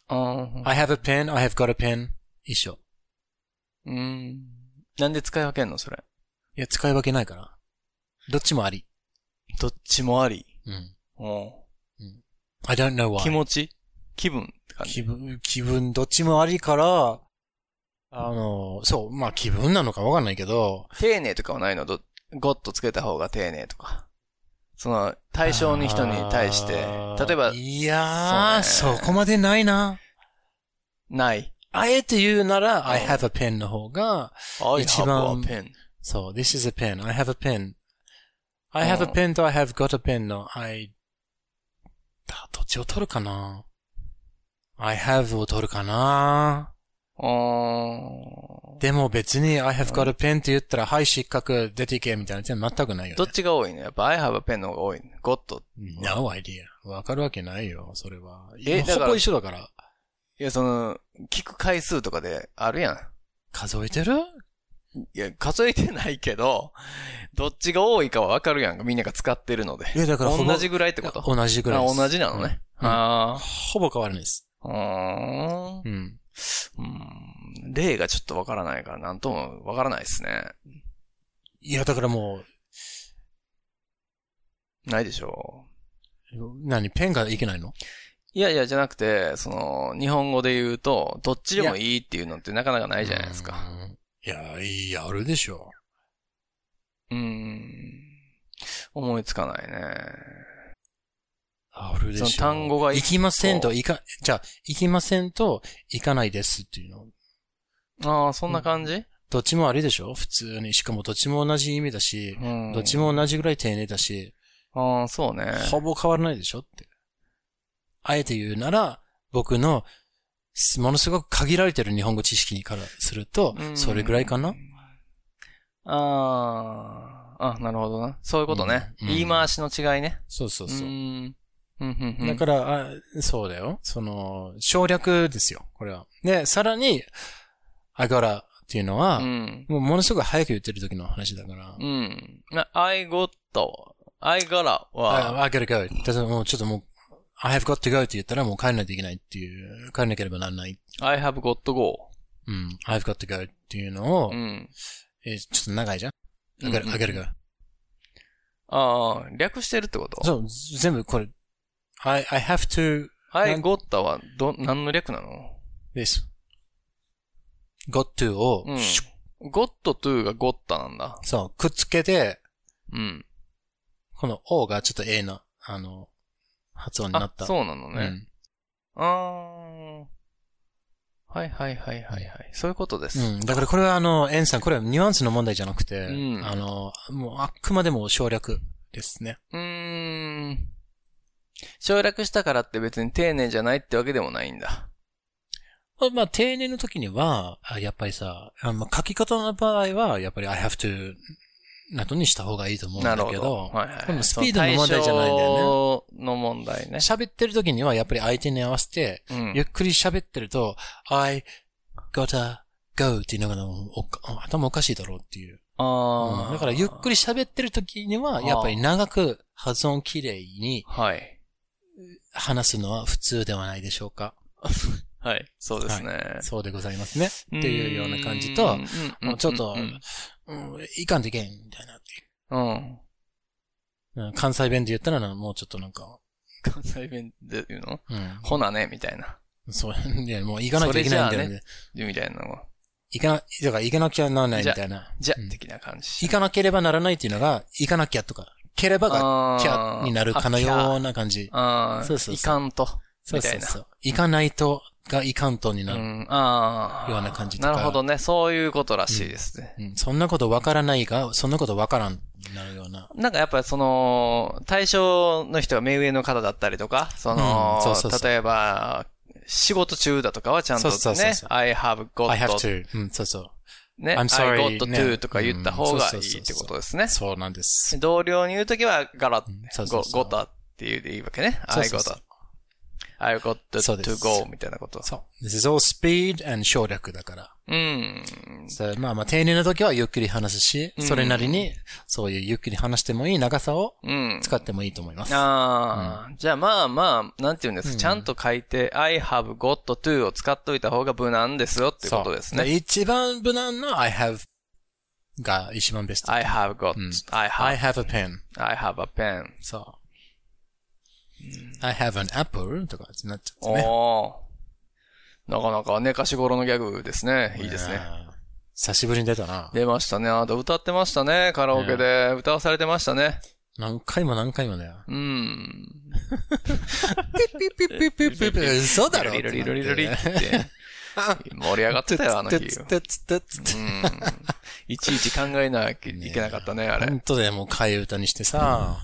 Speaker 1: あ
Speaker 2: I have a pen, I have got a pen. 一緒。
Speaker 1: ーうん。なんで使い分けんのそれ。
Speaker 2: いや、使い分けないから。どっちもあり。
Speaker 1: どっちもあり。
Speaker 2: うん。
Speaker 1: うん。
Speaker 2: I don't know why.
Speaker 1: 気持ち気分って感じ。
Speaker 2: 気分、気分、どっちもありから、あの、そう、まあ気分なのかわかんないけど、
Speaker 1: 丁寧とかはないのど、ゴッとつけた方が丁寧とか。その、対象に人に対して、
Speaker 2: あー
Speaker 1: 例えば、
Speaker 2: いやー
Speaker 1: そう
Speaker 2: そ,、
Speaker 1: ね
Speaker 2: こまでないな。
Speaker 1: ない。
Speaker 2: あえて言うなら、I
Speaker 1: うん
Speaker 2: have a pen の方が、
Speaker 1: I
Speaker 2: 一
Speaker 1: have
Speaker 2: 番
Speaker 1: a pen.
Speaker 2: そう、this is a pen, I have a pen. I
Speaker 1: うん
Speaker 2: have a pen と I have got a pen の I、だどっちを取るかな ?I have を取るかな
Speaker 1: うーん
Speaker 2: でも別に I have got a pen って言ったら、はい、失格、出ていけ、みたいな点全くないよ、
Speaker 1: どっ
Speaker 2: ね。
Speaker 1: ちが多いのやっぱ I have a pen の方が多いの。ゴッと。
Speaker 2: No idea. わかるわけないよ、それは。
Speaker 1: えだか
Speaker 2: ほ
Speaker 1: ら
Speaker 2: ぼ一緒だから。
Speaker 1: いや、その、聞く回数とかであるやん。
Speaker 2: 数えてる
Speaker 1: いや、数えてないけど、どっちが多いかはわかるやんか。みんなが使ってるので。
Speaker 2: いやだからほぼ
Speaker 1: 同じぐらいってこと
Speaker 2: いや同じぐらいです
Speaker 1: あ同じなのね。
Speaker 2: うん
Speaker 1: あ
Speaker 2: ほぼ変わらないです。
Speaker 1: あ。うーん。
Speaker 2: うん。
Speaker 1: うん例がちょっとわからないから、なんともわからないですね。
Speaker 2: いや、だからも
Speaker 1: ないでしょ
Speaker 2: う、何、ペンがいけないの
Speaker 1: う。いやいや、じゃなくて、その、日本語で言うと、どっちでもいいっていうのってなかなかないじゃないですか。
Speaker 2: うん。いや、いや、あるでしょ。
Speaker 1: うーん。思いつかないね。
Speaker 2: あるでしょ。
Speaker 1: その単語が
Speaker 2: 行きませんと、行か、じゃあ、行きませんと、行かないですっていうの。
Speaker 1: ああ、そんな感じ
Speaker 2: どっちもあれでしょ普通に。しかもどっちも同じ意味だし、
Speaker 1: うん。
Speaker 2: どっち。も同じぐらい丁寧だし、
Speaker 1: ああ、そうね。
Speaker 2: ほぼ変わらないでしょって。あえて言うなら、僕の、すものすごく限られてる日本語知識からすると
Speaker 1: う、ん
Speaker 2: それぐらいかな
Speaker 1: ああ、あ、なるほどな。そういうことね。
Speaker 2: うん
Speaker 1: 言い回しの違いね。
Speaker 2: そうそうそう
Speaker 1: ー
Speaker 2: う。
Speaker 1: ん。うん、うん、、
Speaker 2: だからら、あそうだよ。その、省略ですよ、これは。で、さらに、I gotta っていうのは、
Speaker 1: うん。
Speaker 2: もうものすごく早く言ってる時の話だから、
Speaker 1: うん。な I got, I gotta は、
Speaker 2: あ I gotta go. だからもうちょっともう、I have got to go って言ったらもう帰らないといけないっていう、帰らなければならない。
Speaker 1: I have got to go.
Speaker 2: うん、I've got to go っていうのを、
Speaker 1: うん。
Speaker 2: えーちょっと長いじゃん ?I gotta,
Speaker 1: うん
Speaker 2: I gotta go.
Speaker 1: ああ、略してるってこと
Speaker 2: そう、全部これ、I, I have to
Speaker 1: I got は、ど、何の略なの
Speaker 2: this. got to を、
Speaker 1: うん
Speaker 2: シュッ。
Speaker 1: got to が got なんだ。
Speaker 2: そう、くっつけて、
Speaker 1: うん。
Speaker 2: この O がちょっと A の、あの、発音にな
Speaker 1: あ
Speaker 2: っ、た。う
Speaker 1: そうなのね。
Speaker 2: ん
Speaker 1: ああ。はいはいはいはいはい。そういうことです。
Speaker 2: うん。だからこれはあの、エンさん、これはニュアンスの問題じゃなくて、
Speaker 1: うん
Speaker 2: あの、もうあくまでも省略ですね。
Speaker 1: うーん。省略したからって別に丁寧じゃないってわけでもないんだ。
Speaker 2: まあまあ、定年の時には、あやっぱりさ、あのまあ書き方の場合は、やっぱり I have to などにした方がいいと思うんだ
Speaker 1: な
Speaker 2: け
Speaker 1: る
Speaker 2: ど、
Speaker 1: ほど。はいはい
Speaker 2: こ
Speaker 1: は
Speaker 2: の
Speaker 1: い。
Speaker 2: スピードの問題じゃないんだよね。
Speaker 1: よね。の問題ね。
Speaker 2: 喋ってる時には、やっぱり相手に合わせて、
Speaker 1: うん
Speaker 2: ゆっくり喋ってると、I gotta go っていうのがおか頭おかしいだろうっていう。
Speaker 1: ああ、
Speaker 2: だからゆっく
Speaker 1: り。
Speaker 2: り喋ってる時には、
Speaker 1: ー
Speaker 2: やっぱり長く発音きれいに
Speaker 1: はい。
Speaker 2: 話すのは普通ではないでしょうか。
Speaker 1: はい。そうですね。
Speaker 2: そうでございますね。っていうような感じと
Speaker 1: んんんん
Speaker 2: もうちょっと
Speaker 1: うん。
Speaker 2: うんいかんといけんみたいなっていう。
Speaker 1: うん。
Speaker 2: うん関西弁で言ったらなもうちょっとなんか、
Speaker 1: 関西弁で言うの
Speaker 2: うん。
Speaker 1: ほなね、みたいな。
Speaker 2: そう、いや、もう行かなきゃいけないんだよ
Speaker 1: それじゃあ
Speaker 2: ね。
Speaker 1: みたいなのが。
Speaker 2: 行かな、だから行かなきゃならない
Speaker 1: じ
Speaker 2: み
Speaker 1: ゃあ
Speaker 2: たいな。
Speaker 1: じゃ
Speaker 2: うん、
Speaker 1: 的な感じ。
Speaker 2: 行かなければならないっていうのが、行かなきゃとか、ければが、
Speaker 1: あー
Speaker 2: キャになるかのよう。な感じ。
Speaker 1: ああ、
Speaker 2: そうそうそう
Speaker 1: いかんと。
Speaker 2: そ
Speaker 1: み
Speaker 2: う
Speaker 1: た
Speaker 2: そ
Speaker 1: いうな。
Speaker 2: そう。行かないとが行かんとにな
Speaker 1: う
Speaker 2: る。
Speaker 1: ん、ああ。
Speaker 2: ような感じとか
Speaker 1: なるほどね。そういうことらしいですね。
Speaker 2: うんそんなことわからないが、そんなことわからんになるような。
Speaker 1: なんかやっぱりその、対象の人が目上の方だったりとか、その、
Speaker 2: うんそうそうそう
Speaker 1: 例えば、仕事中だとかはちゃんとね、
Speaker 2: そうそうそうそう
Speaker 1: I have got,
Speaker 2: I have to. うん、そうそう。
Speaker 1: ね、
Speaker 2: I'm sorry,
Speaker 1: I got to
Speaker 2: ね
Speaker 1: とか言った方がい
Speaker 2: うん
Speaker 1: い
Speaker 2: そうそうそうそう
Speaker 1: ってことですね。
Speaker 2: そうなんです。
Speaker 1: 同僚に言うときは、ガラッ
Speaker 2: うんそうそうそ
Speaker 1: ゴ
Speaker 2: う
Speaker 1: ゴタって言うでいいわけね。
Speaker 2: そうそうそう
Speaker 1: I got, I got
Speaker 2: そうです
Speaker 1: to go みたいなこと。
Speaker 2: そう。This is all speed and 省略だから。
Speaker 1: うん。
Speaker 2: そうまあまあ、丁寧な時はゆっくり話すし、
Speaker 1: うん
Speaker 2: それなりに、そういうゆっくり話してもいい長さを
Speaker 1: うん。
Speaker 2: 使ってもいいと思います。
Speaker 1: ああ、じゃあまあまあ、なんて言うんですか、
Speaker 2: うん
Speaker 1: ちゃんと書いて、I have got to を使っといた方が無難ですよっていうことです
Speaker 2: そう
Speaker 1: ね。
Speaker 2: 一番無難な I have が一番ベスト。
Speaker 1: I have got,、
Speaker 2: うん
Speaker 1: I
Speaker 2: I
Speaker 1: have,
Speaker 2: have a pen.
Speaker 1: I have a pen.
Speaker 2: そう。I have an apple とかってなっちゃってね。
Speaker 1: おー。なかなかね、かしごろのギャグですね。いいですね。
Speaker 2: あー。久しぶりに出たな。
Speaker 1: 出ましたね。あと歌ってましたね。カラオケで。歌わされてましたね。
Speaker 2: 何回も何回もだよ。
Speaker 1: うん。
Speaker 2: ピッピッピッピッピッピッ嘘だろ
Speaker 1: リロリロリロリってて。盛り上がってたよ、あの
Speaker 2: つ
Speaker 1: 日。
Speaker 2: つつつつつつ
Speaker 1: うん。いちいち考えなきゃいけなかったね、あれ。
Speaker 2: 本当だよ、もう替え歌にしてさ。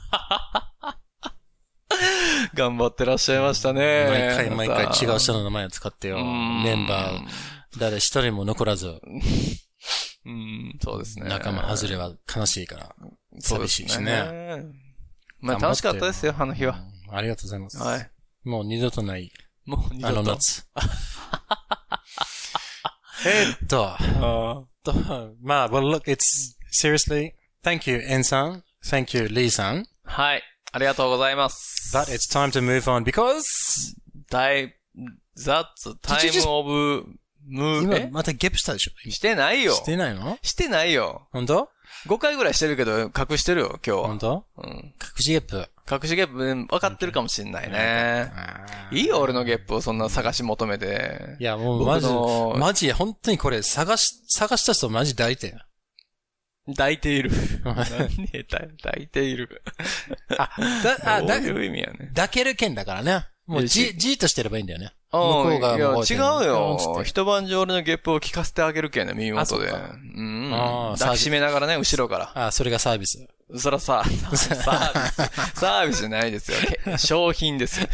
Speaker 1: 頑張ってらっしゃいましたね。
Speaker 2: 毎回毎回違う人
Speaker 1: の
Speaker 2: の名前を使ってよ。メンバー、誰一人も残らず、
Speaker 1: うん、そうですね。
Speaker 2: 仲間外れは悲しいから。
Speaker 1: そうで
Speaker 2: 寂
Speaker 1: す
Speaker 2: しいしね。。
Speaker 1: まあ楽しかったですよ、あの日は。
Speaker 2: うん。ありがとうございます。
Speaker 1: はい。
Speaker 2: もう二度とない、
Speaker 1: もう二
Speaker 2: あの
Speaker 1: 度と。
Speaker 2: 夏。えっと、えっとまあ、well, look, it's, seriously, thank you, N さん。Thank you, Lee さん。
Speaker 1: はい。ありがとうございます。
Speaker 2: But it's time to move on because,
Speaker 1: だい、that's
Speaker 2: Did
Speaker 1: time
Speaker 2: you just-
Speaker 1: of
Speaker 2: 今
Speaker 1: move,
Speaker 2: またゲップしたでしょ
Speaker 1: えしてないよ。
Speaker 2: してないの
Speaker 1: してないよ。
Speaker 2: 本当
Speaker 1: 5回ぐらいしてるけど、隠してるよ、今日は
Speaker 2: 本。当
Speaker 1: うん。
Speaker 2: 隠しゲップ。
Speaker 1: 隠しゲップ分かってるかもしんないね。いいよ、俺のゲップをそんな探し求めて。
Speaker 2: いや、もうマジ
Speaker 1: 僕の、
Speaker 2: マジ、本当にこれ、探し、探した人マジ抱 いて。
Speaker 1: 抱いている。
Speaker 2: うん
Speaker 1: 何で抱抱いている。
Speaker 2: だ、あ、
Speaker 1: どう
Speaker 2: だ、
Speaker 1: いう意味やね。
Speaker 2: 抱ける剣だからね。も
Speaker 1: いうや
Speaker 2: じ、じーっとしてればいいんだよね。
Speaker 1: ああ
Speaker 2: 向こうが
Speaker 1: いや、
Speaker 2: もう
Speaker 1: 違う
Speaker 2: うんつ
Speaker 1: よ
Speaker 2: っ。て
Speaker 1: 一晩中俺のゲップを聞かせてあげるけんね、耳
Speaker 2: あそ
Speaker 1: 元
Speaker 2: う
Speaker 1: で。う
Speaker 2: か
Speaker 1: ん
Speaker 2: あ。あ
Speaker 1: 抱きしめながらね、後ろから。
Speaker 2: あ、それがサービ ス。
Speaker 1: そら さ、サービス、サービスじゃないですよ。け商品ですよ。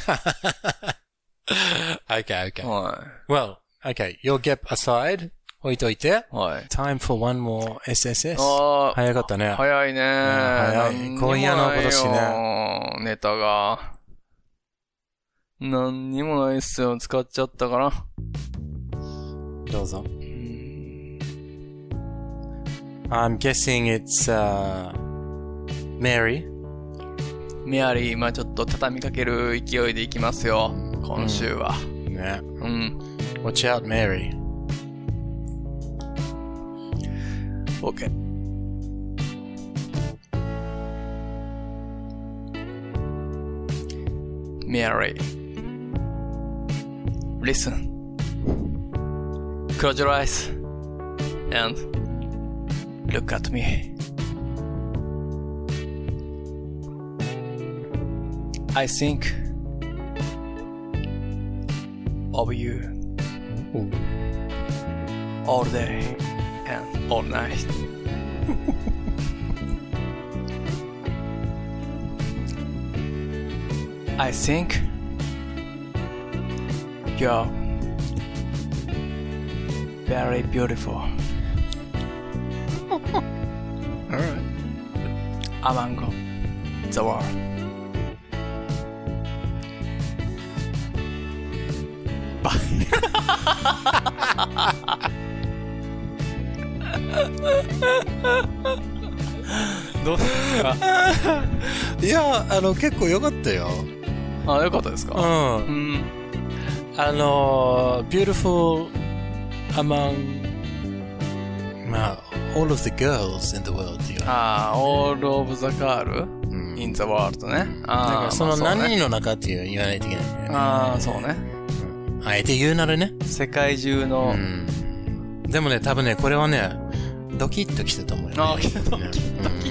Speaker 2: okay, okay.
Speaker 1: は
Speaker 2: Well, okay, your gap aside, 置いといて。
Speaker 1: い。はい。
Speaker 2: time for one more SSS.
Speaker 1: ああ、
Speaker 2: 早かったね。
Speaker 1: 早いね。
Speaker 2: 早い
Speaker 1: 何にも
Speaker 2: 今夜のことしね
Speaker 1: ないよ。ネタが。何にもないっすよ。使っちゃったから。
Speaker 2: どうぞ。
Speaker 1: うん。
Speaker 2: I'm guessing it's, uh, Mary.
Speaker 1: メアリー、まあちょっと畳みかける勢いでいきますよ。今週は。
Speaker 2: ね。
Speaker 1: うん。
Speaker 2: Watch out, Mary.
Speaker 1: OK。Mary. Listen. Close your eyes and look at me. I think of you all day and all night. I think you're very beautiful. Among the world. Bye. Don't-
Speaker 2: いや、あの、結構良かったよ。
Speaker 1: あ、よかったです
Speaker 2: う
Speaker 1: かう。
Speaker 2: ん
Speaker 1: ん。
Speaker 2: あの、beautiful among, まあ、all of the girls in the world っていう。
Speaker 1: ああ、All of the Girl?
Speaker 2: うん
Speaker 1: in the world ね。
Speaker 2: だか
Speaker 1: ああ、
Speaker 2: らその
Speaker 1: まあそう
Speaker 2: 何
Speaker 1: ね
Speaker 2: 人の中っていう言わないといけないんだよね。
Speaker 1: ああ、そうね。
Speaker 2: あえて言うならね。
Speaker 1: 世界中の、
Speaker 2: うん。でもね、多分ね、これはね、ドキッときたと思うよ、ね。
Speaker 1: ああ、来た来た来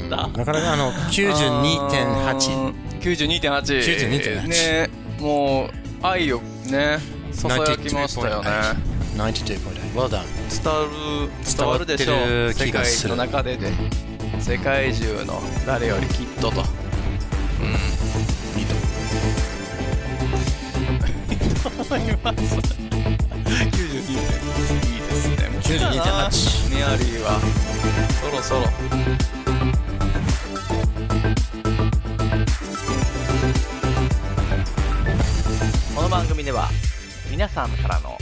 Speaker 1: た
Speaker 2: うん。なかなかあの、92.8。。
Speaker 1: 92.8。
Speaker 2: 92.8
Speaker 1: ねもう、愛をね、ささやきましたよね。
Speaker 2: 92.8。Well done.
Speaker 1: 伝わる、伝わるでしょ
Speaker 2: 伝わ
Speaker 1: う。
Speaker 2: っ
Speaker 1: 世
Speaker 2: てる気が
Speaker 1: 界
Speaker 2: する
Speaker 1: の中でで。世界中の誰よりきっとと。うん。いいと 思います。92.8。いいですね。もう来たな
Speaker 2: 92.8
Speaker 1: メアリーは、そろそろ。
Speaker 7: この番組では皆さんからの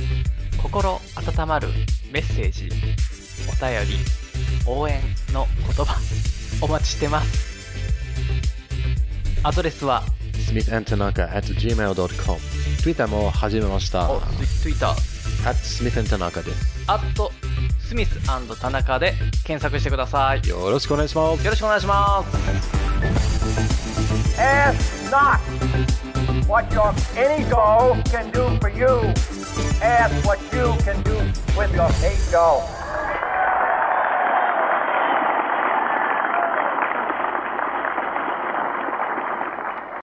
Speaker 7: 心温まるメッセージお便り応援の言葉 お待ちしてますアドレスは
Speaker 8: smithandtanaka at gmail.com。Twitter も始めました。
Speaker 7: お Twitter
Speaker 8: at smithandtanaka です。
Speaker 7: アットスミス田中で検索してくださいよ
Speaker 8: よろしくお願いします。
Speaker 7: ろしくお願いします
Speaker 5: Ask not what your any doll can do for you. Ask what you can do with your eight doll.